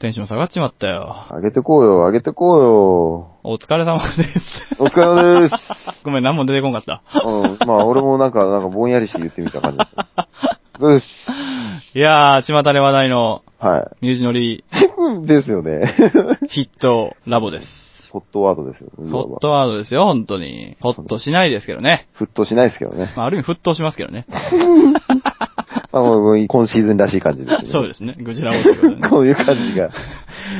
テンション下がっちまったよ。上げてこうよ、上げてこうよ。お疲れ様です。お疲れ 様です。ごめん、何も出てこんかった。うん。まあ、俺もなんか、なんかぼんやりして言ってみた感じです。どうです。いやー、巷で話題のはミュージノリ い。ですよね。ヒットラボです。ホットワードですよ。ホットワードですよ、本当に。ホッとしないですけどね。沸騰しないですけどね。まあ、ある意味沸騰しますけどね。まあ、もう今シーズンらしい感じですね。。そうですね。愚痴ラボということでね こういう感じが、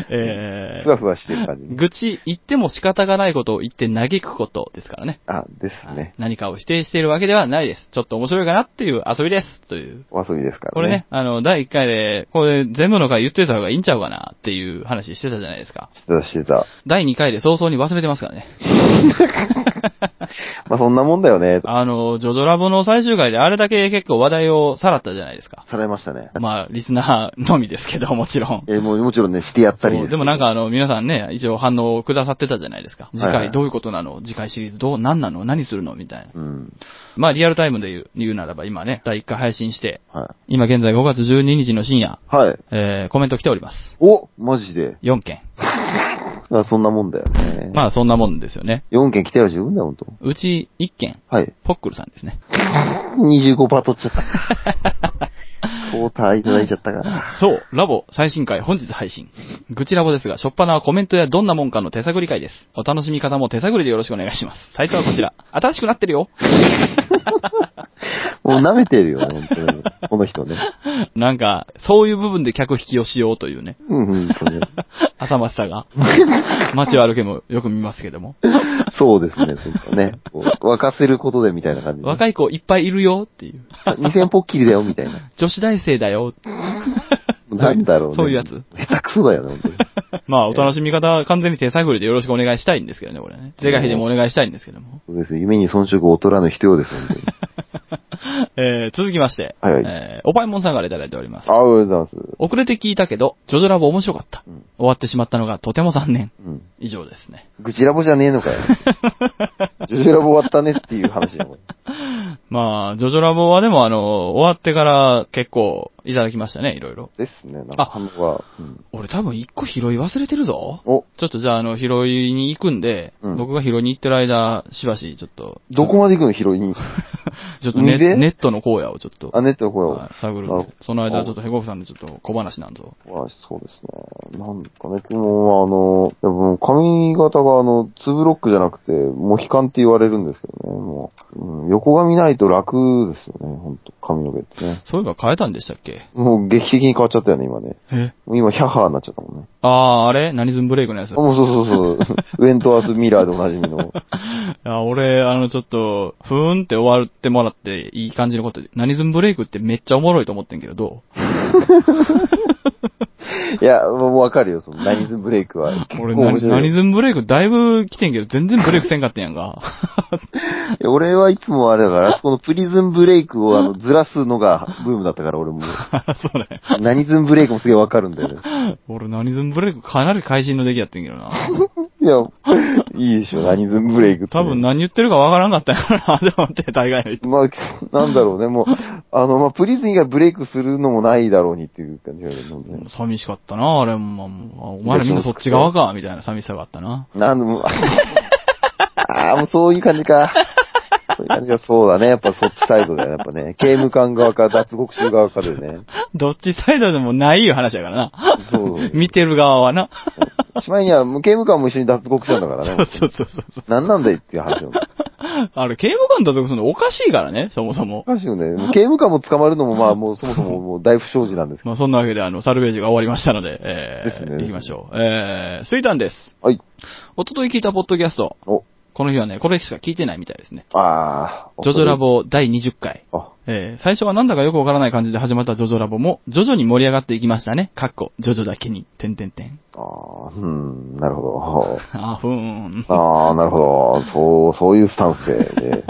えふわー、ふわしてる感じ。愚痴言っても仕方がないことを言って嘆くことですからね。あ、ですね。何かを否定しているわけではないです。ちょっと面白いかなっていう遊びです。という。お遊びですからね。これね、。あの、第1回で、これ全部の回言ってた方がいいんちゃうかなっていう話してたじゃないですか。してた、して た。第2回で早々に忘れてますからね。 まあ、そんなもんだよね。あの、ジョジョラボの最終回であれだけ結構話題をさらったじゃないですか。されましたね。まあ、リスナーのみですけど、もちろん。え、もうもちろんね、してやったりそうすでもなんかあの、皆さんね、一応反応をくださってたじゃないですか。次はいはい回どういうことなの次回シリーズどう、何なの何するのみたいな。うん。まあ、リアルタイムで言う、言うならば今ね、第1回配信して、は今現在5月12日の深夜、い。はい。えー、コメント来ております。おマジで。 4件。まあ、そんなもんだよね。まあ、そんなもんですよね。 4件来たよ、自分だよ、ほんと。うち1件、はい。ポックルさん ですね。 25%取っちゃった。 クォーターいただいちゃったから。そう、ラボ最新回本日配信。愚痴ラボですが、初っ端はコメントやどんなもんかの手探り会です。お楽しみ方も手探りでよろしくお願いします。サイトはこ ちら。新しくなってるよ。 もう舐めてるよね、本当に。この人ね。なんか、そういう部分で客引きをしようというね。うん、うんとね。浅松さん が。街を歩けもよく見ますけども。そうですね、そうね。こう沸かせることでみたいな感じで。若い子いっぱいいるよっていう。 2000ポッキリだよ、みたいな。女子大生だよ。なんだろうね。そういうやつ。下手くそだよね、本当に。 まあ、お楽しみ方は完全に手探りでよろしくお願いしたいんですけどね、これね。是が非でもお願いしたいんですけども。 そうです。夢に遜色を劣らぬ必要です、本当に。えー、続きまして、はいはいえー、おぱいもんさんからいただいております。あ、おはようございます。遅れて聞いたけど、ジョジョラボ面白かった。うん終わってしまったのがとても残念。うん。以上ですね。愚痴ラボじゃねえの かよ。ジョジョラボ終わったねっていう話だもん。まあ、ジョジョラボはでもあの、終わってから結構いただきましたね、いろいろ。ですね、なんか反応が。うん俺多分一個拾い忘れてるぞ。お、ちょっとじゃああの、拾いに行くんで、うん僕が拾いに行ってる間、しばし、ちょっと。どこまで行くの拾いに。 ちょっとネんでネットの荒野をちょっと。あ、ネットの声をはい。探るんで。その間、ちょっとヘコフさんのちょっと小話なんぞ。まあ、そうですね。なんかね、でも、あの、でも髪型が、あの、ツーブロックじゃなくて、モヒカンって言われるんですけどね、もう。うん、横髪ないと楽ですよね、ほんと、髪の毛ってね。そういえば変えたんでしたっけもう劇的に変わっちゃったよね、今ね。えもう今、ヒャハーになっちゃったもんね。あー、あれ何ズンブレイクのやつあ、。もうそうそう そう。ウェントワースミラーでおなじみの。あ、俺、あの、ちょっと、ふーんって終わってもらって、いい感じのことで、何ズンブレイクってめっちゃおもろいと思ってんけど、どいや、もうわかるよ、その、ナニズブレイクは。う 俺、結構面何白い何ズンブレイクだいぶ来てんけど、全然ブレイクせんかったんやんか。いや俺はいつもあれだから、あそこのプリズンブレイクをあのずらすのがブームだったから、俺 も。そうね。何ズンブレイクもすげえわかるんだよね。俺、何ズンブレイクかなり会心の出来やってんけどな。いや、いいでしょ、何ズンブレイクって。多分何言ってるかわからんかったんやろな、と思って、大概の人。まあ、なんだろうね、もう、あの、まあ、プリズン以外ブレイクするのもないだろうにっていう感じだよね。寂しかったな、あれも、まあ、お前らみんなそっち側か、みたいな寂しさがあったな。なんでも、ああ、もうそういう感じか。そういう感じが、そうだね。やっぱそっちサイドだよ、やっぱね。刑務官側か、脱獄囚側かだよね。どっちサイドでもないいう話やからな。そうそう見てる側はな。しまいには、刑務官も一緒に脱獄したんだかそらうね。そうそうそう。なんなんだいっていう話を。あれ、刑務官だとそのおかしいからね、そもそもお。かしいよね。もう刑務官も捕まるのも、まあ、もうそもそももう大不祥事なんですけまあ、そんなわけで、あの、サルベージが終わりましたので、えですー、ね行きましょう。えー、スイタンです。ど。はい。おととい聞いたポッドキャスト。お、この日はね、これしか聞いてないみたいですね。あー。ジョジョラ。ボ第20回。あ、えー、最初はなんだかよくわからない感じで始まったジョジョラボも、徐々に盛り上がっていきましたね。かっこ、ジョジョだけに、てんてんてん。あー、うん、なるほあー、ふーんど。。あー、なるほど。そう、そういうスタンスで、ね。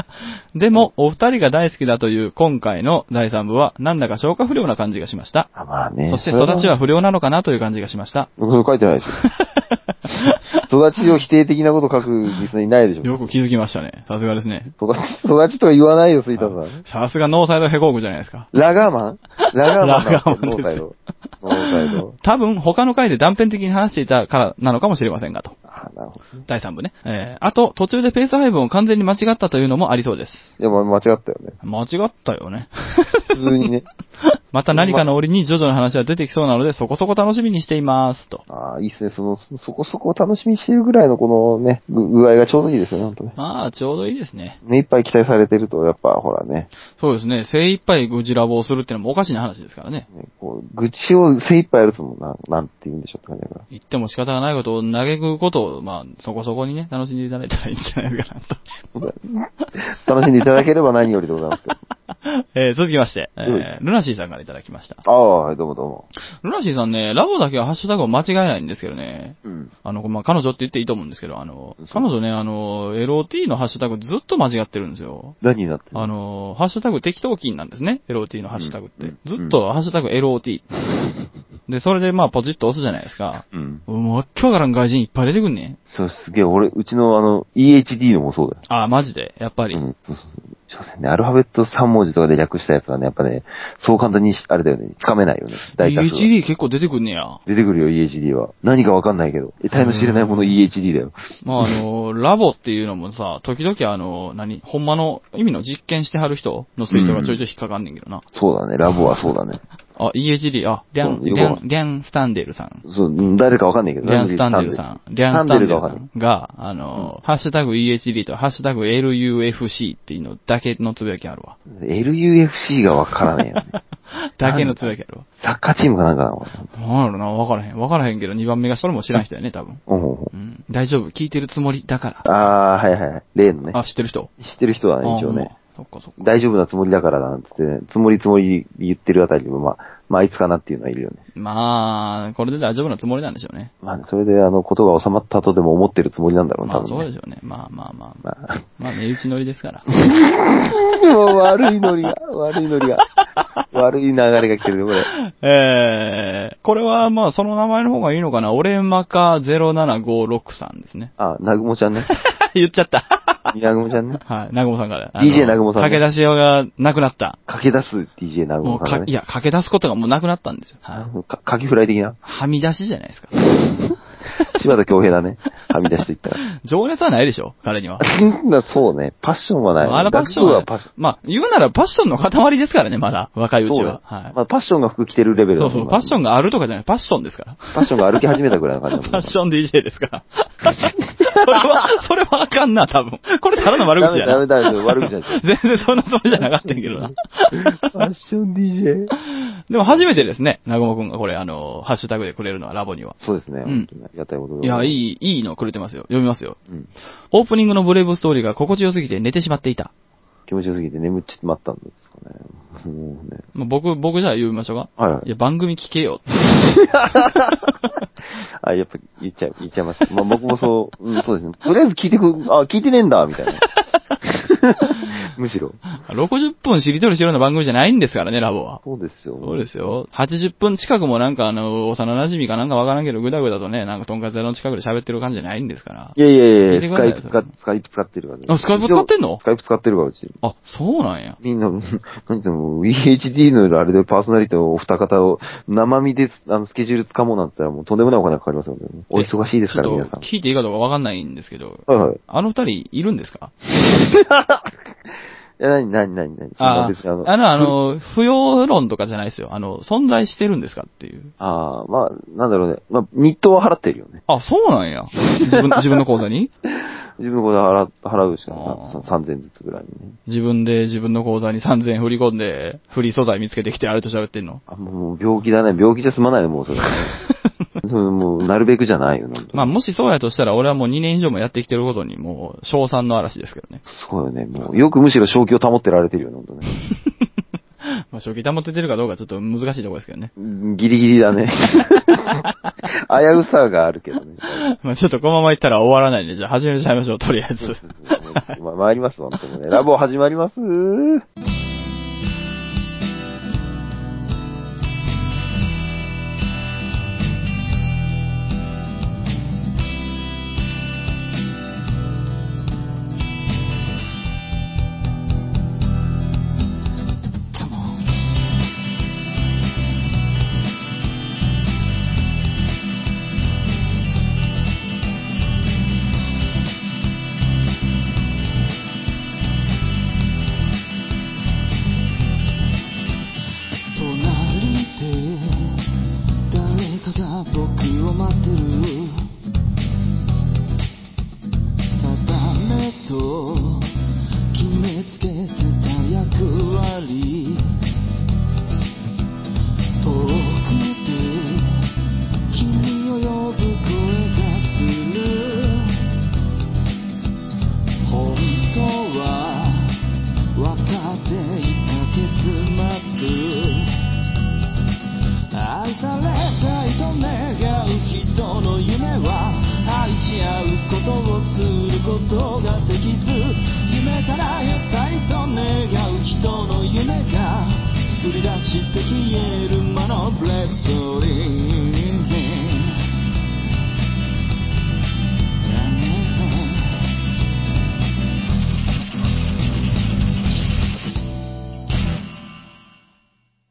でも、お二人が大好きだという今回の第3部は、なんだか消化不良な感じがしました。あまあね。そして育ちは。は不良なのかなという感じがしました。それ書いてな いでしょ。育ちを否定的なこと書くリスナーいないでしょ。よく気づきましたね。さすがですね。育ち、育ちとは言わないよ、スイタさん。さすがノーサイドヘコークじゃないですか。ラガーマンラガーマンだ。ラガーマンですよノーサイド脳体と。多分、他の回で断片的に話していたからなのかもしれませんが、と。あなるほどね。第3部ね。えー、あと、途中でペース配分を完全に間違ったというのもありそうです。いや、ま間違ったよね。間違ったよね。普通にね。 また何かの折にジョジョの話は出てきそうなので、そこそこ楽しみにしています、と。ああ、いいっすね。その、そそこそこ楽しみにしてるぐらいのこのね、ぐ具合がちょうどいいですよね、ほんとね。まあ、ちょうどいいですね。目いっぱい期待されてると、やっぱほらね、そうですね。精一杯グジラボをするってのもおかしな話ですからね。ねこう、愚痴を精一杯やるともな、なんて言うんでしょうって感じだから。言っても仕方がないことを嘆くことを、まあ、そこそこにね、楽しんでいただいたらいいんじゃないかなと。 楽しんでいただければ何よりでございますけど。えー、続きまして、えーはルナシーさんからいただきました。ああ、はいどうもどうも。ルナシーさんね、ラボだけはハッシュタグを間違えないんですけどね。うん。あの、まあ、彼女って言っていいと思うんですけど、あのそう、彼女ね、あの、LOT のハッシュタグずっと間違ってるんですよ。何になってるああの、ハッシュタグ適当金なんですね。LOT のハッシュタグってうん。うんずっとハッシュタグ LOT。で、それでまあ、ポチッと押すじゃないですか。うん。もう、わっけわからん外人いっぱい出てくんね。そう、すげえ、俺、うちのあの、EHD のもそうだよ。あー、マジで、やっぱり。うん、そうそうそう。そうね、アルファベット3文字とかで略したやつはね、やっぱね、そう簡単にし、あれだよね、つかめないよね。大多数は UHD 結構出てくんねや。出てくるよ、EHD は。何かわかんないけど。得体の知れないもの EHD だよ。まあ、あの、ラボっていうのもさ、時々あの、何、ほんまの意味の実験してはる人のツイートがちょいちょい引っかかんねんけどな。そうだね、ラボはそうだね。あ、EHD、あ、リャそン、うリよくわャかン、リャン・スタンデルさん。そう、うん誰かわかんないけど。リャン・スタンデルさん。リャン・スタンデルさスタンデルがわかるんが、あの、ハッシュタグ EHD とハッシュタグ LUFC っていうのだけのつぶやきあるわ。 LUFC がわからないよね。だけのつぶやきあるわ。サッカーチームかなんかなおいなんやろな、わからへん。わからへんけど、2番目がそれも知らん人やね、多分。おうおうおううん。大丈夫、聞いてるつもりだから。あー、はいはいはい。例のね。あ、知ってる人知ってる人はね、一応ね。。あほんまそっかそっか。大丈夫なつもりだからなんつってね、つもりつもり言ってるあたりも、まあ、まあ、いつかなっていうのはいるよね。まあ、これで大丈夫なつもりなんでしょうね。まあね、それで、あの、ことが収まったとでも思ってるつもりなんだろうな、まあ、多そう分でね。しょうね。まあまあまあまあ。まあ、まあ、値打ち乗りです から。もう 悪いノリが、悪いノリが、悪い流れが来てるよ、これ。えー、これはまあ、その名前の方がいいのかな。俺まか0756さんですね。あ、なぐもちゃんね。 言っちゃった。なぐもちゃんね。はい、なぐもさんから。 DJ なぐもさんね駆け出しようがなくなった。駆け出す DJ なぐもうもさかんが、いね。や、駆け出すことがもうなくなったんですよ。はい。か、かきフライ的な。はみ出しじゃないですか。柴田恭平だね。はみ出していったら。情熱はないでしょ彼には。だ そうね。パッションはない。あらパッション学部ははパッション。。まあ、言うならパッションの塊ですからね、まだ。若いうちそうだはよ。はい。まあ、パッションが服着てるレベルそうだそう、もんパッションが。があるとかじゃない、パッションですから。パッションが歩き始めたぐらいの感じだパッもん ション DJ ですから。それは、それはあかんな、多分。これただの悪口やな。ダメダメダメ悪口じゃない 全然そんなつもりじゃなかったんやけどな。パッション DJ? でも初めてですね、なごもくんがこれ、あの、ハッシュタグでくれるのはラボには。そうですね。ん本当にありがたいこといや、いい。い、いいのくれてますよ。読みますよ。うん。オープニングのブレイブストーリーが心地よすぎて寝てしまっていた。気持ちよすぎて眠っちまったんですかね。もうね。まあ僕、僕じゃあ読みましょうか。はいはいいや、番組聞けよ。 あ、やっぱ言っちゃう、言っちゃいます。まあ、僕もそう、うん、そうですね。とりあえず聞いてく、あ、聞いてねえんだ、みた いな。むしろ。 60分しりとりしてるような番組じゃないんですからね、ラボは。そうですよ。そうですよ。80分近くもなんかあの、幼馴染かなんかわからんけど、ぐだぐだとね、なんかとんかつ屋の近くで喋ってる感じじゃないんですからい。やいやい聞やいてくスだカさいイプ使っスカイプ使ってるからね。あスカイプ使ってんのスカイプ使ってるから、うち。あ、そうなんや。みんな、 なんてもう、VHD のあれでパーソナリティのお二方を生身であのスケジュールつかもうなんて言ったらもうとんでもないお金がかかりますよね。お忙しいですから、ちょ皆っとさん。聞いていいかどうかわかんないんですけど、はいはい。あの二人いるんですか え、なになになになにあ別にあ、あの、あの、不要論とかじゃないですよ。あの、存在してるんですかっていう。ああ、まあ、なんだろうね。まあ、日当は払ってるよね。あ、そうなんや。自分、 自分の口座に自分のこで払う、払うしかあーない。3000ずつぐらいにね。自分で自分の口座に3000円振り込んで、フリー素材見つけてきてあれと喋ってんの。あ、もう病気だね。病気じゃ済まないよ、もうそれはね。それもう、なるべくじゃないよ、なんてまあ、もしそうやとしたら、俺はもう2年以上もやってきてることに、もう、賞賛の嵐ですけどね。 すごいよね。もう、よくむしろ正気を保ってられてるよね、ほんとね。まあ、正気保ててるかどうかちょっと難しいところですけどね。うんギリギリだ ね。危うさがあるけどね。まあ、ちょっとこのまま行ったら終わらないんで、じゃあ始めちゃいましょう、とりあえず。 ま、参ります、本当にね。ラボ始まります。 「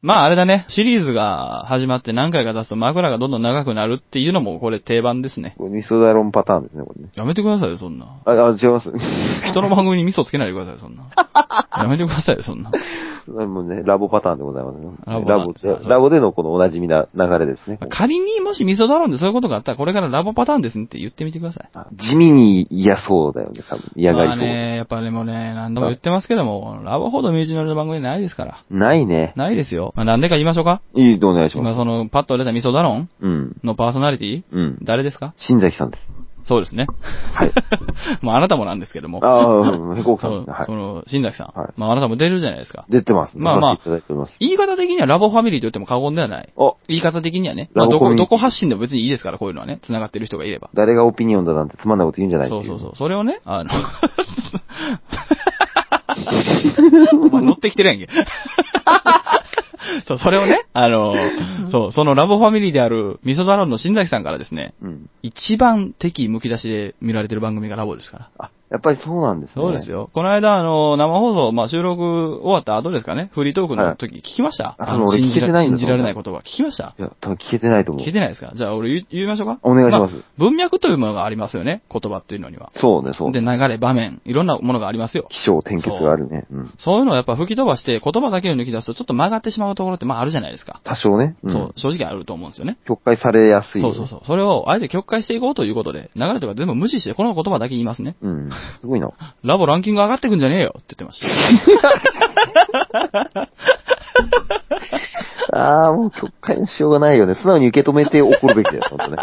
まああれだね、シリーズが始まって何回か出すと枕がどんどん長くなるっていうのもこれ定番ですね。これ味噌だろんパターンですね、これね。やめてくださいよ、そんな。あ、あ違います。人の番組に味噌つけないでくださいよ、そんな。やめてくださいよ、 そんな。 もうね、ラボパターンでございますね。ラボラボそうそうそうラボでのこのお馴染みな流れですね。仮にもし味噌だろんでそういうことがあったら、これからラボパターンですねって言ってみてください。あ地味に嫌そうだよね、多分。嫌がりまそあう。ね、やっぱでもね、何度も言ってますけども、ラボほどミュージナルの番組ないですから。ないね。ないですよ。まあ、なんでか言いましょうかいいでお願いし今ます。その、パッと出た味噌ダロンうん。のパーソナリティうん。誰ですか新崎さんです。そうですね。はい。 まあ、あなたもなんですけども。ああ、うん、へこくさそんですうね。はその、新崎さん。はいまあ、あなたも出るじゃないですかい。。出てます。まあまあ出させていただいております。言い方的にはラボファミリーと言っても過言ではない。あ、言い方的にはね。まあ、ラボどコミュこ、どニティこ発信でも別にいいですから、こういうのはね。繋がってる人がいれば。誰がオピニオンだなんてつまんないこと言うんじゃないってそいう。そうそうう。それをね、あ の、お前乗ってきてるやんけ。そう、それをね、あの、そう、そのラボファミリーである、味噌ダロンの新崎さんからですね、うん。一番敵むき出しで見られてる番組がラボですから。あ、やっぱりそうなんですね。そうです。よ。この間、あの、生放送、まあ、収録終わった後ですかね、フリートークの時聞きました、ああの俺信じ聞けてないん信だじられない言葉。聞きましたいや、多分聞けてないと思う聞い。てないですかじゃあ、俺言う言いましょうかお願いしますあ文脈というものがありますよね、言葉っていうのには。そうね、そうで、ね。流れ、場面、いろんなものがありますよ。気象転結があるね。うん。そういうのをやっぱ吹き飛ばして、言葉だけを抜き出すと、ちょっと曲がってしまうところって、まああるじゃないですか。多少ね。んそう、。正直あると思うんですよね。曲解されやすい。そうそうそう。それを、あえて曲解していこうということで、流れとか全部無視して、この言葉だけ言いますね。う。うん。すごいな。ラボランキング上がってくんじゃねえよって言ってました。 ああ、もう曲解のしようがないよね。素直に受け止めて怒るべき だよ、ほんとね。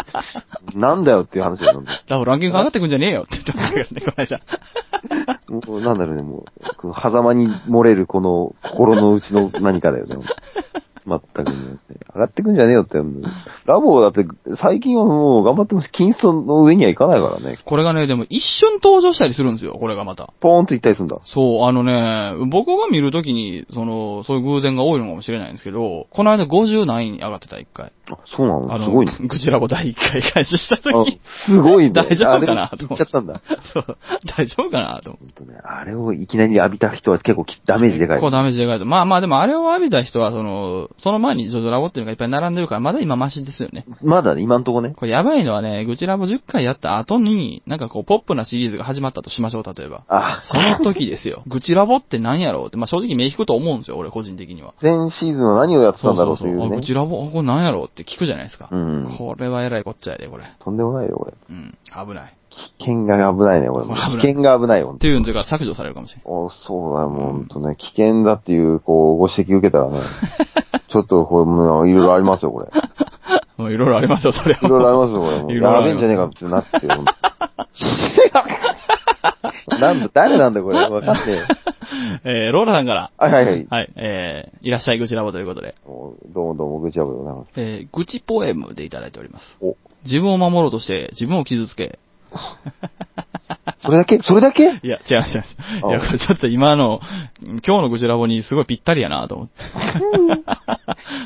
なんだよっていう話だよ、ほんとラボランキング上がってくんじゃねえよって言ってましたけどね、 この間。もうなんだろうね、もう、この狭間に漏れるこの心の内の何かだよね。全くね。上がってくんじゃねえよって。ラボだって、最近はもう頑張っても金ストの上にはいかないからね。これがね、でも一瞬登場したりするんですよ、これがまた。ポーンと行ったりするんだ。そう、あのね、僕が見るときに、その、そういう偶然が多いのかもしれないんですけど、この間50何位に上がってた、一回。あそうなあの、のすごいね。グチラボ第一回開始したとあき。すごいね。 大丈夫かなあれ行っちゃったんだ。 そう、大丈夫かなと思って。ほんとね、あれをいきなり浴びた人は結構きダメージでかい。結構ダメージでかいと。まあまあでもあれを浴びた人は、その、その前にジョジョラボっていうのがいっぱい並んでるから、まだ今マシですよね。まだね、今んとこね。これやばいのはね、グチラボ10回やった後に、なんかこう、ポップなシリーズが始まったとしましょう、例えば。あ、その時ですよ。グチラボって何やろうって、まあ正直目引くと思うんですよ、俺個人的には。 前シーズンは何をやってたんだろうというあ、ねグ。チラボ、あこれ何やろうって聞くじゃないですか。うん。これは偉いこっちゃやで、これ。とんでもないよ、これ。うん、危ない。危険が危ないね、これ。これ危ない危険が危ない、ほんとっていうんというか、削除されるかもしれない。おそうだ、もう本当ね、危険だっていう、こう、ご指摘受けたらね、 ちょっと、これ、もういろいろありますよ、これ。いもういろいろありますよ、それは。ろいろありますよ、これ。もう いろいろあやりべえんますじゃねえかってなってよ。ほんとなんだ、誰なんだ、これ。わかんねえよ。えー、ローラさんから。はいはいはい。はい、えー、いらっしゃい、グチラボということで。もうどうもどうも、ぐちゃぶでございます。えー、愚痴ポエムでいただいております。お、自分を守ろうとして、自分を傷つけ。 それだけそれだけいや、違います、違います。いや、あこれちょっと今の、今日のグジラボにすごいぴったりやなと 思って。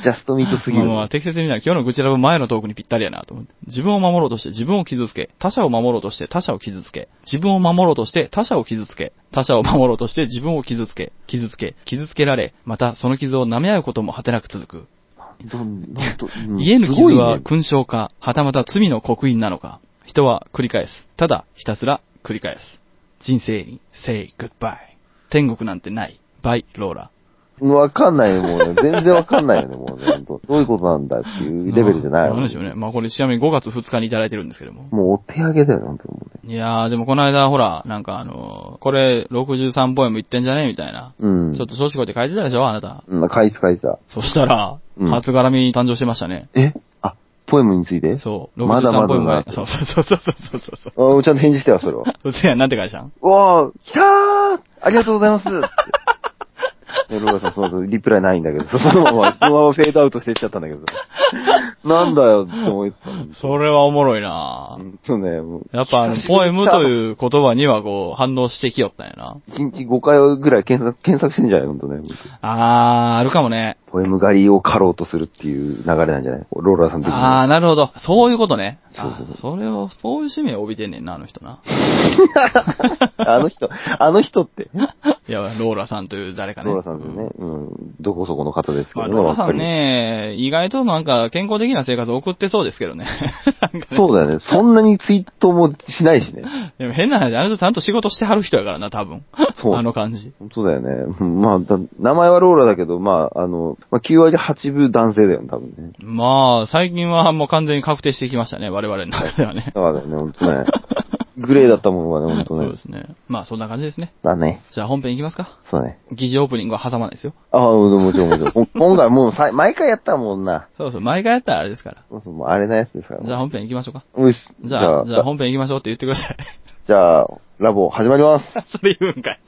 ジャストミートすぎまある。まあ、適切にな今日のグジラボ前のトークにぴったりやなと思って。自分を守ろうとして自分を傷つけ。他者を守ろうとして他者を傷つけ。自分を守ろうとして他者を傷つけ。他者を守ろうとして自分を傷つけ。傷つけ。傷つけられ。また、その傷を舐め合うことも果てなく続く。どんどんとうん家ぬすご傷いねは勲章か、はたまた罪の刻印なのか。人は繰り返す。ただ、ひたすら繰り返す。人生に、say goodbye。天国なんてない。バイ、ローラ。わかんないよ、もうね。全然わかんないよね、もうね。ほんとどういうことなんだっていうレベルじゃないよなんでしょうね。まあこれちなみに5月2日にいただいてるんですけども。もうお手上げだよ、なんてもいやー、でもこの間ほら、なんかあのーこれ63ポエムいってんじゃねみたいな。うね。うん。ちょっと調子こいて書いてたでしょあなた。うん、書いて書いてた。そしたら、うん初絡み誕生してましたね。えあ、ポエムについてそう。まだま63ポエだムながい。。そうそうそうそうそうそうそう。あちゃんと返事してよ、 それは。うせやん、なんて書いてたんうわー、来たーありがとうございますってでローラさん、その後、リプライないんだけど、 そのまま、そのままフェードアウトしていっちゃったんだけど。なんだよ、って思ってたのにそれはおもろいなうぁんそうね、もう、やっぱ あの、ポエムという言葉にはこう、反応してきよったんやな。 1日5回ぐらい検索、検索してんじゃないほんとね。あー、あるかもね。ポポエム狩りを狩ろうとするっていう流れなんじゃないローラーさん的にあは。あ、なるほど。そういうことね。そうそうそうあーそれを、そういう趣味を帯びてんねんな、あの人な。 あの人、あの人って。いや、ローラさんという誰かね。ローラさんですね。うん。どこそこの方ですけどまあ、ね。ローラさんやっね、意外となんか健康的な生活を送ってそうですけどね。 なんぱかり。ねそうだよね。そんなにツイートもしないしね。 でも変な話、あの人ちゃんと仕事してはる人やからな、多分。そうあの感じ。本当だよね。うんまあ、だ名前はローラだけど、まあ、あの、まあ、9割8分男性だよね、多分ね。まあ、最近はもう完全に確定してきましたね、我々の中ではねだ。からね、本 当ね。グレーだったものがね、そ本当うねで。すね。まあ、そんな感じですね。だね。じゃあ本編いきますか。そうね。疑似オープニングは挟まないですよ。ああ、もちろん もちろん。ほん今回もうさ、毎回やったもんな。そうそう、毎回やったらあれですから。そうそう、もうあれなやつですから。じゃあ本編行きましょうか。よし。じゃあ、じゃあじゃあ本編行きましょうって言ってください。じゃあラボ始まり ます。それ言うん かい。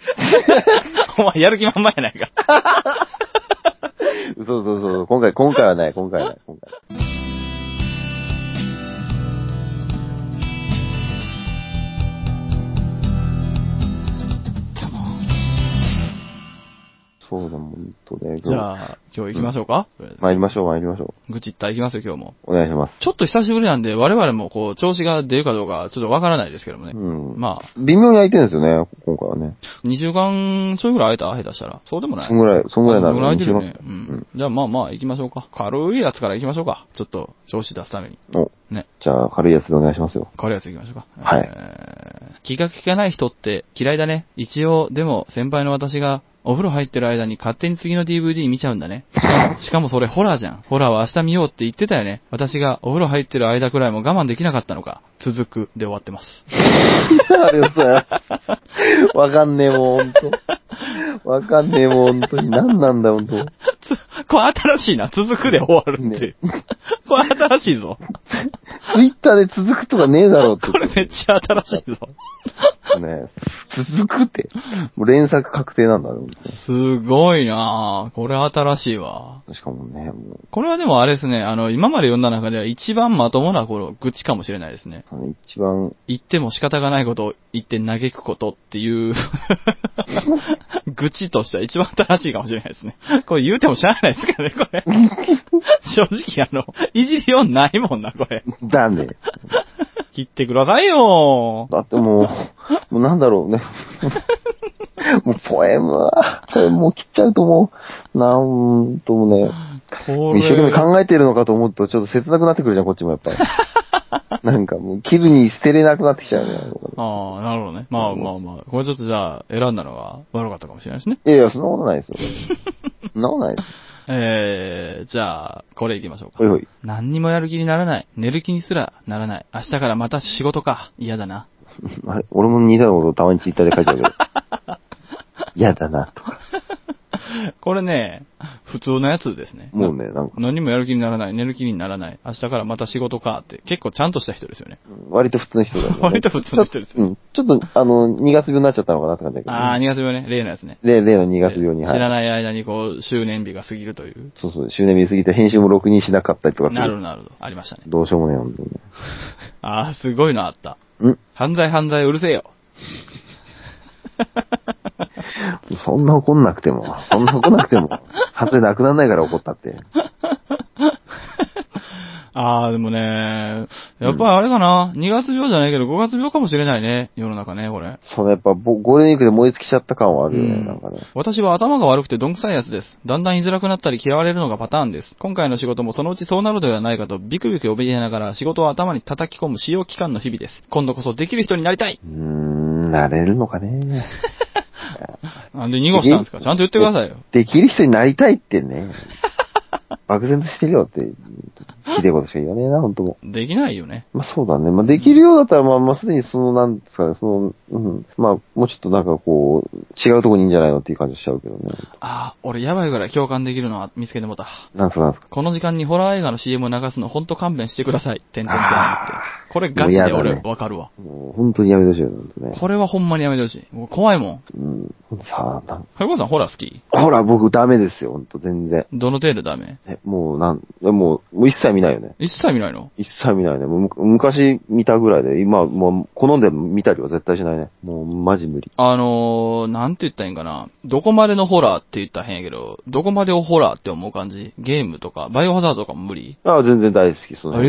お前やる気満々やないか。 そうそうそう。今回、今回はない、今回はない、今回。そうだ、もんとね。じゃあ、今日行きましょうか。参りましょう、参りましょ愚痴ったら行きますよ、今日も。う。お願いします。ちょっと久しぶりなんで、我々もこう、調子が出るかどうか、ちょっとわからないですけどもね。うん。まあ、微妙に空いてるんですよね、今回はね。 2週間ちょいぐらい空いた下手したら。そうでもないそんぐらい、そんぐらいなあそんぐらい空いてるよね。ううんん。じゃあまあまあ行きましょうか。軽いやつから行きましょうか。ちょっと、調子出すために。お、ね。じゃあ、軽いやつでお願いしますよ。軽いやつ行きましょうか。はいえー気が利かない人って嫌いだね。一応、でも先輩の私がお風呂入ってる間に勝手に次の DVD 見ちゃうんだ ね。しかも、しかもそれホラーじゃん。ホラーは明日見ようって言ってたよね。私がお風呂入ってる間くらいも我慢できなかったのか。続くで終わってます。 あれさ、わかんねえもん、ほんと。わかんねえもん、ほんとに。何なんだ、ほんと。つこれ新しいな。続くで終わるっていう。これ新しいぞ。ツイッターで続くとかねえだろうってこれめっちゃ新しいぞ。ね。続くって。もう連作確定なんだろうね。すごいなぁ。これ新しいわ。しかもね、もうこれはでもあれですね、あの、今まで読んだ中では一番まともな頃、愚痴かもしれないですね。あの、一番、言っても仕方がないことを言って嘆くことっていう、 愚痴としては一番新しいかもしれないですね。これ言うてもしゃあないですからね、こ れ。正直あの、いじりようないもんな、これ。だね。切ってくださいよだってもう、もうなんだろうね。もう、ポエムは、ポエムもう切っちゃうともう、なんともね、こ一生懸命れ、考えてるのかと思うと、ちょっと切なくなってくるじゃん、こっちも やっぱり。なんかもう、切るに捨てれなくなってきちゃうね。ああ、なるほどね。まあまあまあ、これちょっとじゃあ、選んだのが悪かったかもしれないですね。いやいや、そんなことないですよ。そんなことないです。えー、じゃあ、これ行きましょうかほ。いほい。何にもやる気にならない。寝る気にすらならない。明日からまた仕事か。嫌だ な。あれ、俺も似たようなことたまにツイッターで書いてあるけど。嫌だな、とか。これね、普通のやつですね。もうね、なんか、何にもやる気にならない。寝る気にならない。明日からまた仕事かって。結構ちゃんとした人ですよね。割と普通の人だよね。 割と普通の人ですうん。ちょっと、あの、2月病になっちゃったのかなって感じだけど、あー、2月病ね。例のやつね。例例の2月病に、知はらい。ない間にこう、周年日が過ぎるという。そうそう、周年見過ぎて編集もろくにしなかったりとかする。なるほどなるほど。ありましたね。どうしようもねえ、ほんとにね。あー、すごいのあった。うん犯罪犯罪うるせえよ。そんな怒んなくても、そんな怒んなくて も、発生なくならないから怒ったって。ああ、でもね、やっぱりあれかな、2月病じゃないけど5月病かもしれないね、世の中ね、これ。そのやっぱ、ぼゴールデンウィークで燃え尽きちゃった感はあるよね、うんなんかね。私は頭が悪くてどんくさいやつです。だんだん居づらくなったり嫌われるのがパターンです。今回の仕事もそのうちそうなるのではないかとビクビク怯えながら仕事を頭に叩き込む使用期間の日々です。今度こそできる人になりたいうーん、なれるのかね。なんで濁したんですかちゃんと言ってくださいよ。できる人になりたいっ てね。漠然としてるよって、ひでえことしか言わねえな、ほんともう。できないよね。まあそうだね。まあできるようだったら、まあまあすでにその、なんですかね、その、うん。まあもうちょっとなんかこう、違うとこにいいんじゃないのっていう感じしちゃうけどね。ああ、俺やばいから共感できるのは見つけてもうた。なんすかなんすか。この時間にホラー映画の CM を流すのほんと勘弁してください。てんてんてんってあ。これガチもうで嫌だね俺わかるわ。もう本当にやめてほしいよね、ほんとね。これはほんまにやめてほしい。もう怖いもん。うん。さあ、なんハルコさんホラー好きほら、僕ダメですよ、ほんと、全然。どの程度ダメえ、もう、なん、えもう、もう一切見ないよね。一切見ないの一切見ないね。もうむ昔見たぐらいで、今、もう、好んで見たりは絶対しないね。もう、マジ無理。あのー、なんて言ったらいいんかな。どこまでのホラーって言ったら変やけど、どこまでをホラーって思う感じゲームとか、バイオハザードとかも無理ああ、全然大好き、そえのえ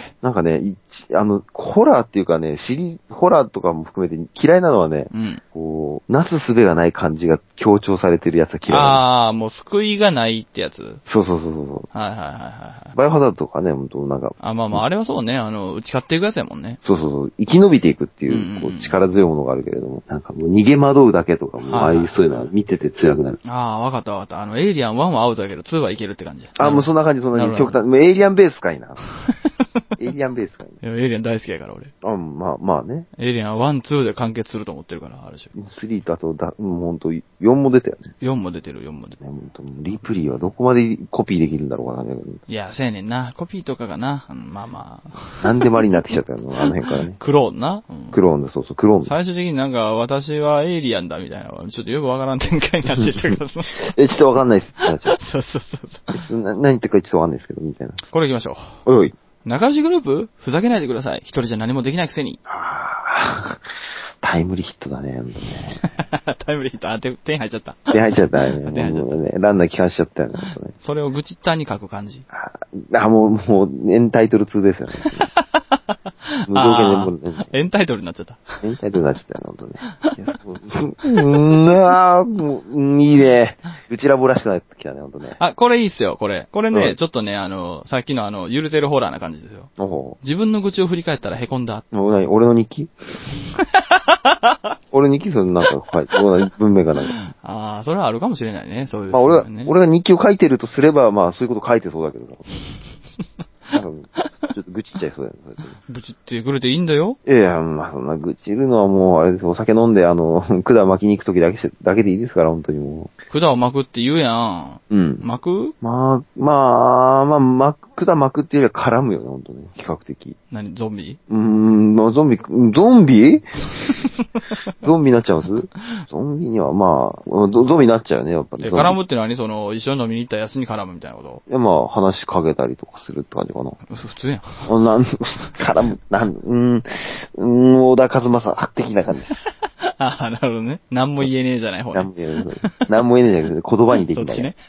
ー、なんかね、いあの、ホラーっていうかね、シリ、ホラーとかも含めて嫌いなのはね、うん。こう、なすすべがない感じが強調されてるやつは嫌いなの。あー、もう救いがないってやつ。はいそうそうそうそうそはいはいはいはう。い。バイオハザードとかね、本当なんか、あ、まあまあ、あれはそうね。あの、打ち勝っていくやつやもんね。そうそうそう、生き延びていくってうんうんいうう、んこう、力強いものがあるけれども、なんかもう逃げ惑うだけとかも、はいああいう、そういうのは見てて辛くなる。あー、わかったわかった。あの、エイリアン1はアウトだけど、2はいけるって感じ。あ、もうそんな感じ、そんなな感るじ、ほど極端。もうエイリアンベース かいな。エイリアンベースかいいやエイリアン大好きやから、俺。な。あ、まあ、まあね。エイリアンは1、2で完結すると思ってるから、ある種。 3とあとだ、もう本当4も出たよね。 4も出てる、4も出てる。ね本当リプリーはどこまでコピーできるんだろうかな、ね。いや、せやねんな。コピーとかがな。うんまあまあ。なんでもありになってきち ゃったの、あの辺からね。クローンな。うんクローンだ、そうそう、クローンだ。最終的になんか、私はエイリアンだみたいな、ちょっとよくわからん展開になってたからさ。え、ちょっとわかんないです。あちょ っそうそうそうそう。とな何言ってるかちょっとわかんないですけど、みたいな。これ行きましょおいおい。。う。仲良しグループふざけないでください。一人じゃ何もできないくせに あータイムリーヒットだね、ほんとね。タイムリーヒット、あ、手、手に入っちゃった。手入っちゃったね。手入っちゃったもうねランナー期間しちゃったよね。ほんとねそれを愚痴ったに書く感じ。あー、あもう、もう、エンタイトル2ですよね。 無条件でもうあーエンタイトルになっちゃった。エンタイトルになっちゃったよね、ほんとねいや。もううーん、あーもううん、いいね。うちらぼらしくなってきたね、ほんとね。あ、これいいっすよ、これ。これね、うんちょっとね、あの、さっきのあの、ゆるてるホラーな感じですよ。おほ自分の愚痴を振り返ったら凹んだ。もう何俺の 日記俺の日記そのなんか、はい。俺の文明がなんか。ああ、それはあるかもしれないね、そういう。まあ俺そういうが、ね俺が日記を書いてるとすれば、まあそういうこと書いてそうだけどな。なんかちょっと愚痴っちゃいそうだよねそうやっぶちってくれていいんだよ。て。いやいや、まあそんな愚痴るのはもう、あれです。お酒飲んで、あの、 管巻きに行くときだけし、だけでいいですから、本当にも管を巻くって言うやん。う。うん。巻くまあ、まあ、まあ、巻く、管巻くっていうよりは絡むよね、本当ね。比較的。何ゾンビうーん、まあゾンビ、ゾ ンビゾンビになっちゃいますゾンビには、まあ、ゾゾンビになっちゃうよね、やっぱね。え、ゾンビ絡むって何その、一緒に飲みに行ったやつに絡むみたいなこいやまあ、話しかけたりとかするって感じかな。とふ普 通やん。おなん、絡む、なん、うーん、うーん、小田和正的な感じです。ああ、なるほどね。何も言えねえじゃない方なんね。も言えない。なんも言えないじゃなくて、言葉にできそっなちいね。。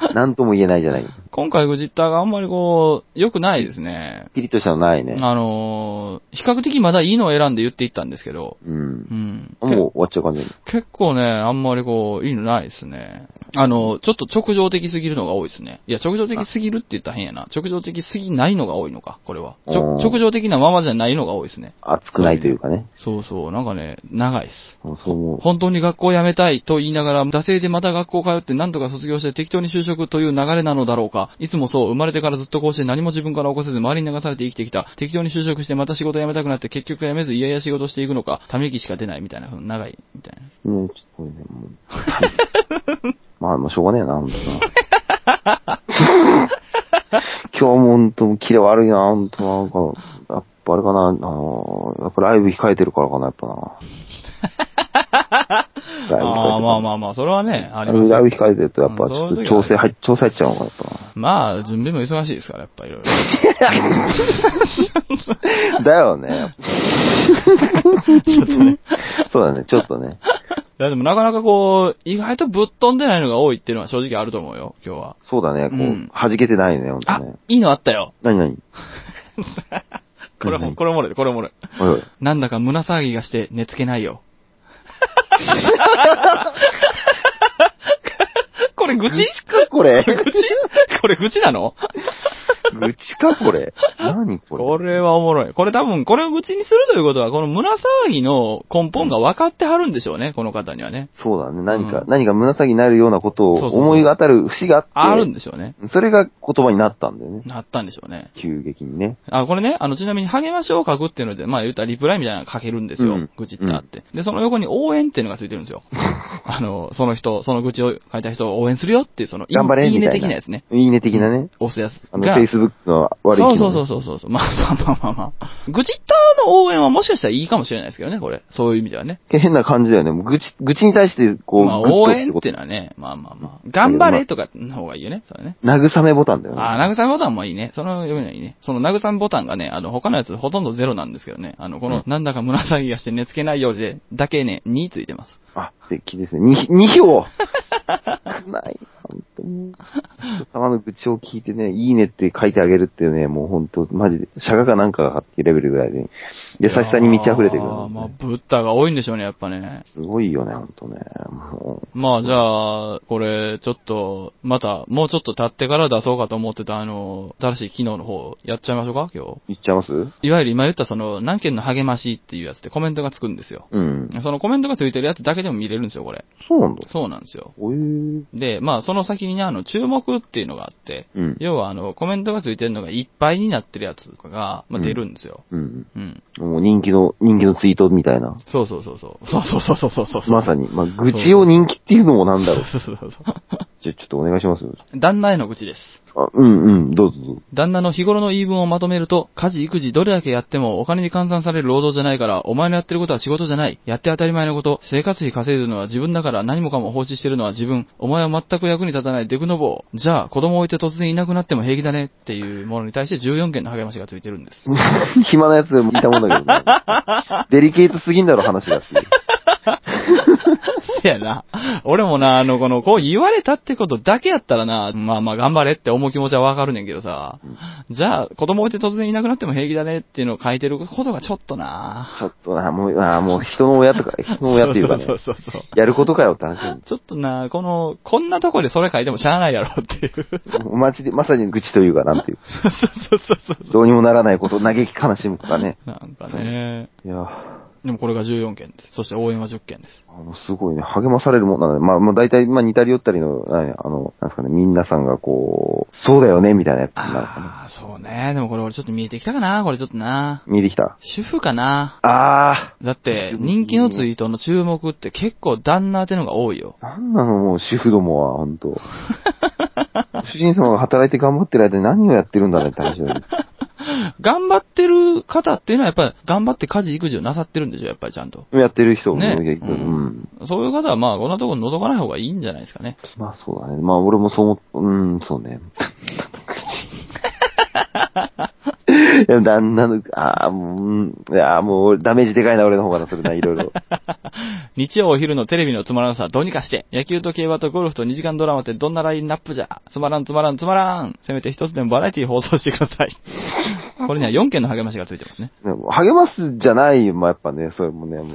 なんとも言えないじゃない。今回グジッターがあんまりこう、良くないですね。ピリッとしたのないね。あのー、比較的まだいいのを選んで言っていったんですけど、うんう。ん。もう終わっちゃう感じ。結構ね、あんまりこう、いいのないですね。あの、ちょっと直情的すぎるのが多いですね。いや、直情的すぎるって言ったら変やな。直情的すぎないのが多いのか、これは。ちょおー直情的なままじゃないのが多いですね。熱くないというかね。そうそう、なんかね、長いっす。そう思う。本当に学校を辞めたいと言いながら、惰性でまた学校通って何とか卒業して適当に就職という流れなのだろうか。いつもそう、生まれてからずっとこうして何も自分から起こせず周りに流されて生きてきた。適当に就職してまた仕事辞めたくなって結局辞めず嫌々仕事していくのか。ため息しか出ないみたいな、長い、みたいな。うん、ちょっとごめんね、もう。 まあ、もうしょうがねえな、ほんとな。 今日もほんと、キレ悪いな、ほんとなんか、やっぱあれかな、あの、やっぱライブ控えてるからかな、やっ ぱな。ライブ控えてるからああ、まあまあまあ、それはね、ありますラよイブ控えてると、やっぱ、ちょっと調整入っ、調整入っちゃうのかな、やっぱまあ、準備も忙しいですから、やっぱいろいろ。 な。だよね。ちょっとね。そうだね、ちょっとね。いや、でもなかなかこう、意外とぶっ飛んでないのが多いっていうのは正直あると思うよ、今日は。そうだね、こう、うん弾けてないね、ほんとあね。、いいのあったよ。なになに これうんうも、んこれおもろい、これおもろい。おいおい。なんだか胸騒ぎがして寝つけないよ。 これ愚痴か、これ。愚痴これ愚痴なの愚痴か、こ れ。何ここれ。れはおもろい。これ多分、これを愚痴にするということは、この胸騒ぎの根本が分かってはるんでしょうね、この方にはね。そうだね。何か、うん何か胸になるようなことをそうそうそう思い当たる節があって、あるんでしょうね。それが言葉になったんだよね。なったんでしょうね。急激にね。あ、これね、あの、ちなみに、励ましを書くっていうので、まあ言ったらリプライみたいなの書けるんですよ。うん愚痴ってあって。で、その横に応援っていうのがついてるんです よ。あの、その人、その愚痴を書いた人を応援するよっていう、その、いい頑張れいいみねたいな。的なやつね。いいね的なね。押すやつあの、が、続くのは悪いそう気そ分うそうそうそうそう。まあまあまあまあまあ。愚痴ったの応援はもしかしたらいいかもしれないですけどね、これ。そういう意味ではね。変な感じだよね。もう愚痴、愚痴に対して、こう、まあグッと応援こっていとうのはね、まあまあまあ。頑張れとかの方がいいよね、それね。慰めボタンだよね。ああ、慰めボタンもいいね。その読めないいね。その慰めボタンがね、あの、他のやつほとんどゼロなんですけどね。あの、この、なんだか紫がして寝つけないようで、だけね、2ついてます。あ、素敵ですね。2、二票ない、本当に。たまの愚痴を聞いてね、いいねって書いてあげるっていうね、もう本当マジで、シャガかなんかがっていうレベルぐらいで、優しさに満ち溢れてくる、ああ、まあ、ブッダが多いんでしょうね、やっぱね。すごいよね、本当ね。もまあ、じゃあ、これ、ちょっと、また、もうちょっと経ってから出そうかと思ってた、あの、新しい機能の方、やっちゃいましょうか、今う、いっちゃいます日。いわゆる今言ったその、何件の励ましっていうやつってコメントがつくんですよ。うん。そのコメントがついてるやつだけでも見れるんですよ、これ。そうなんだ。そうなんですよ。おえー。で、まあ、その先にね、あの、注目っていうのがあって、うん。要は、あの、コメントがついてるのがいっぱいになってるやつとかが、まあ、出るんですよ。うん。うん。もう人気の、人気のツイートみたいな。そうそうそうそう。そうそうそうそうそうそうそう。まさに。まあ、愚痴を人気っていうのもなんだろう。そうそうそう そう。 じゃ、ちょっとお願いしますよ。旦那への愚痴です。あ、うんうん、どうぞどうぞ。旦那の日頃の言い分をまとめると、家事育児どれだけやってもお金に換算される労働じゃないから、お前のやってることは仕事じゃない。やって当たり前のこと、生活費稼いでるのは自分だから何もかも放置してるのは自分。お前は全く役に立たないデクノボー。じゃあ、子供置いて突然いなくなっても平気だねっていうものに対して14件の励ましがついてるんです。 暇なやつでもいたもんだけどね。デリケートすぎんだろ、話がっていう。せやな。俺もな、あの、この、こう言われたってことだけやったらな、まあまあ頑張れって思う気持ちはわかるねんけどさ。じゃあ、子供置いて突然いなくなっても平気だねっていうのを書いてることがちょっとな。ちょっとな、もう、あもう人の親とか、人の親っていうかねそ、うそうそうそう。やることかよって話。ちょっとな、この、こんなとこでそれ書いてもしゃあないやろっていう。 マジで、まさに愚痴というか、なんていう。そうそうそうそう。どうにもならないこと、嘆き悲しむとかね。なんかね。いやーでもこれが14件です。そして応援は10件です。あの、すごいね、励まされるもんなので、まあ、まあ、大体、まあ、似たり寄ったりの、はいあの、なんですかね、みんなさんがこう、そうだよね、みたいなやつになるかああ、そうね。でもこれ俺ちょっと見えてきたかな。これちょっとな。な。見えてきた。主婦かな。あだって、人気のツイートの注目って結構旦那ってのが多いよ。ー、なんなの、もう、主婦どもは、ほんと。 主人様が働いて頑張ってる間に何をやってるんだねって話だよね。 頑張ってる方っていうのはやっぱり頑張って家事育児をなさってるんでしょ、やっぱりちゃんと。やってる人もねね、結構ううんん。そういう方はまあこんなとこ覗かない方がいいんじゃないですかね。まあそうだね。まあ俺もそう思っ、うん、そうね。 いや旦那の、ああ、もううん、いや、もうダメージでかいな、俺の方がな、それな、いろい ろ。 日曜お昼のテレビのつまらんさ、どうにかして。野球と競馬とゴルフと2時間ドラマってどんなラインナップじゃ。つまらんつまらんつまらん。せめて一つでもバラエティ放送してください。これには4件の励ましがついてますね。励ますじゃないよ、まあやっぱね、それもね、もう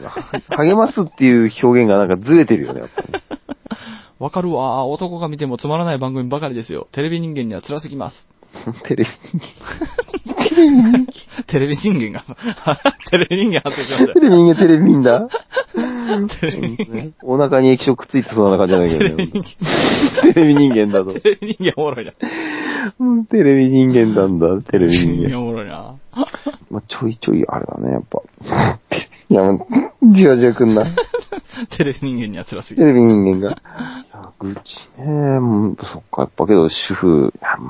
励ますっていう表現がなんかずれてるよね、やっぱね。 わかるわ。男が見てもつまらない番組ばかりですよ。テレビ人間には辛すぎます。テレビ、テレビ人間が、 テレビ人間発生しましテレビ人間テレビ見んだテレビ人お腹に液晶くっついてそうな感じじゃないけどね。テレビ人間だぞた。。テレビ人間おもろいな。テうんテレビ人間なんだ、テレビ人間。おもろいな。 まあ、ちょいちょいあれだね、やっぱ。いや、もう、じわじわくんな。テレビ人間には辛すぎテる。レビ人間が。いや、愚痴ね。うんそっか、やっぱけど、主婦、いやうー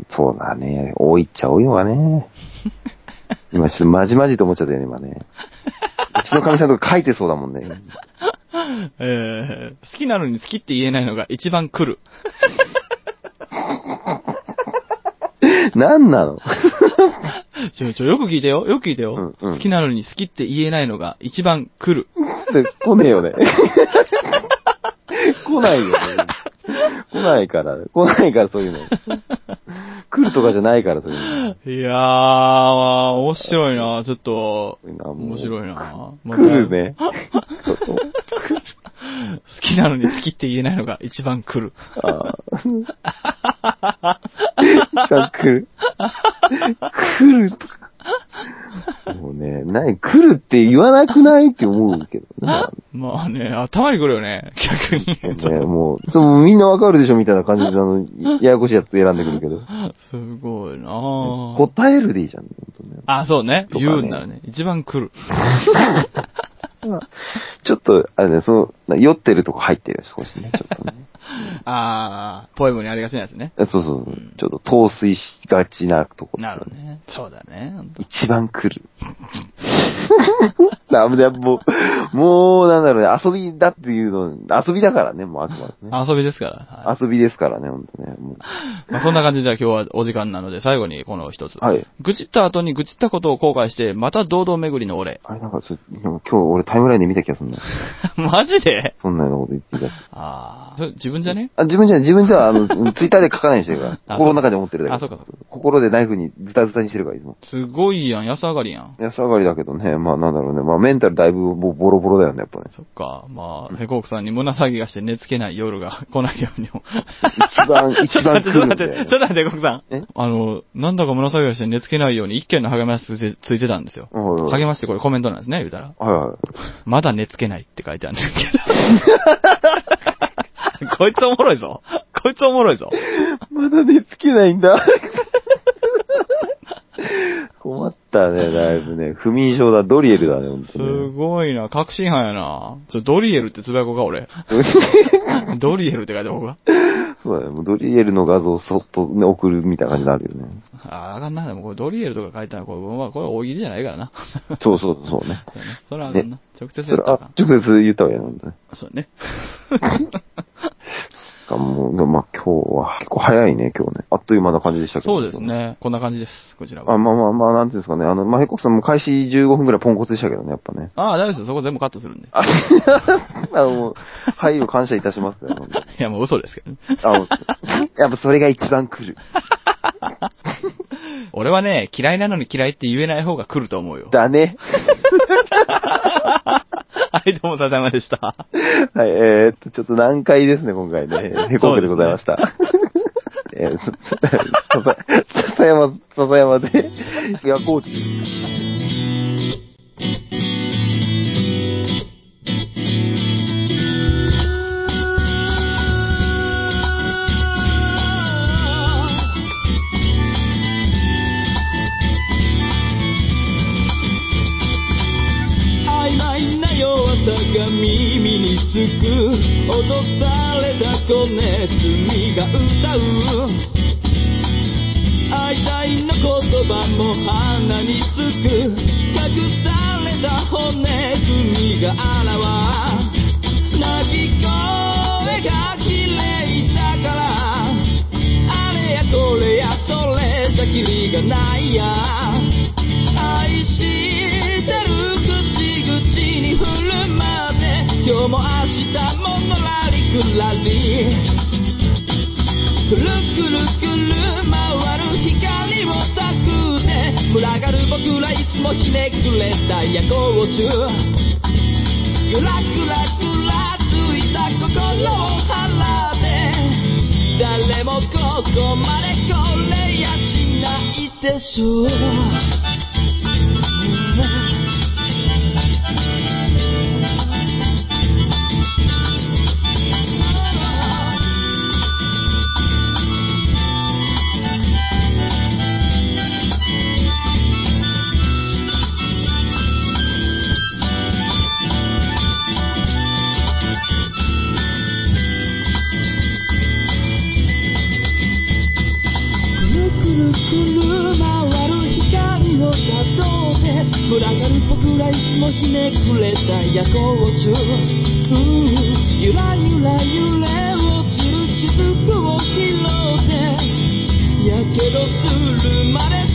ん、そうだね。多いっちゃ多いわね。今ちょっとまじまじと思っちゃったよね、今ね。うちの神さんとか書いてそうだもんね。えー、好きなのに好きって言えないのが一番来る。 なんなの ちょ、ちょ、よく聞いてよ。よく聞いてよ。うんうん好きなのに好きって言えないのが一番来る。で来ねえよね。 来ないよね。来ないから、来ないからそういうの。来るとかじゃないからそういうの。いやー、面白いなちょっと。面白面白いなもういなまた来るね。好きなのに好きって言えないのが一番来る。ああ。が来る。来るとか。もうね、何、来るって言わなくないって思うけどね。まあね、頭に来るよね。逆に。ねもう、そう、みんなわかるでしょみたいな感じで、あの、ややこしいやつ選んでくるけど。すごいなぁ。答えるでいいじゃん、本あ、そうね。とかね言うんならね。一番来る。 当ね。ちょっと、あれね、その、な酔ってるとこ入ってるよ、少しね。ちょっとね。あー、ポエムにありがちなやつね。えそうそうそう。ちょっと陶酔しがちなとこ、なるほど。ね。そうだね。一番来 る。ダメだ、もう、もう、なんだろうね、遊びだっていうの、遊びだからね、もうあくまでね。遊びですから。はい遊びですからね、ほんとね。もうまあ、そんな感じで今日はお時間なので、最後にこの一つ。はい。愚痴った後に愚痴ったことを後悔して、また堂々巡りの俺。 あれ、なんかそれ、でも今日俺タイムラインで見た気がするんだ。マジでそんなようなこと言ってたやつ。 ああ、それ自分じゃねあ、自分じゃない、自分じゃ、あの、ツイッターで書かないようにしてるか あら。心の中で思ってるだけ。あそうかそう心でナイフにズタズタにしてるから、いつも。すごいやん、安上がりやん。安上がりだけどね、まあなんだろうね、まあメンタルだいぶもうボロボロだよね、やっぱね。そっか、まあ、ヘコークさんに胸騒ぎがして寝つけない夜が 来ないようにも。一 番、ちょ一っと番待って、ちょ来っとるん待っだよ、て、ねちょ。っと待って、ヘコークさんえ。あの、なんだか胸騒ぎがして寝つけないように一件の励ましついてついてたんですよ。はいはい励ましてこれコメントなんですね、言うたら。はいはい。まだ寝つけないって書いてあるんです けど。こいつおもろいぞ。こいつおもろいぞ。まだ寝つけないんだ。 困ったね、だいぶね。不眠症だ、ドリエルだね、ほんとすね。ごいな、確信犯やな。ちょ、ドリエルってつぶやこうか、俺。ドリエルって書いておこうか。そうだね、もうドリエルの画像をそっと、ね、送るみたいな感じになるよね。あー、あかんな。でもこれドリエルとか書いたら、これ、まあ、これ大喜利じゃないからな。そうそう、そうね。そうねそれはあかんな。直接そやっれ、たらあかあ、直接言ったわけなんだね。ん。 そうね。しかも、まあ今日は結構早いね、今日ね。あっという間な感じでしたけど。 そうです。ね。こんな感じです、こちらあ、は。まあまあまあ、なんていうんですかね。あの、まあ、ヘコクさんも開始15分くらいポンコツでしたけどね、やっぱね。ああ、大丈夫ですよ。そこ全部カットするんで。 あ、あのもう、配慮感謝いたしますね。本当にいや、もう嘘ですけどね。あ、もうやっぱそれが一番来る。俺はね、嫌いなのに嫌いって言えない方が来ると思うよ。だね。 はい、どうも、さだまでした。はい、えー、っと、ちょっと難解ですね、今回ね。ヘコクでございました。えー、笹笹山、笹山で、夜行地。曖昧な弱さが耳につく脅された子ネズミが歌う愛戴の言葉も鼻につく隠された骨ネズミが現鳴き声が綺麗だからあれやこれやそれじゃキリがないや愛してる口々に振る舞って今日も明日ものらりくらりくるくるくる回る光をたくね群がる僕らいつもひねくれた夜行中ぐらぐらぐらついた心を払って誰もここまでこれやしないでしょうくるくるくる回る光を数え群がる僕らいつもひねくれた夜行中うんゆらゆら揺れ落ちる雫を拾ってやけどするまで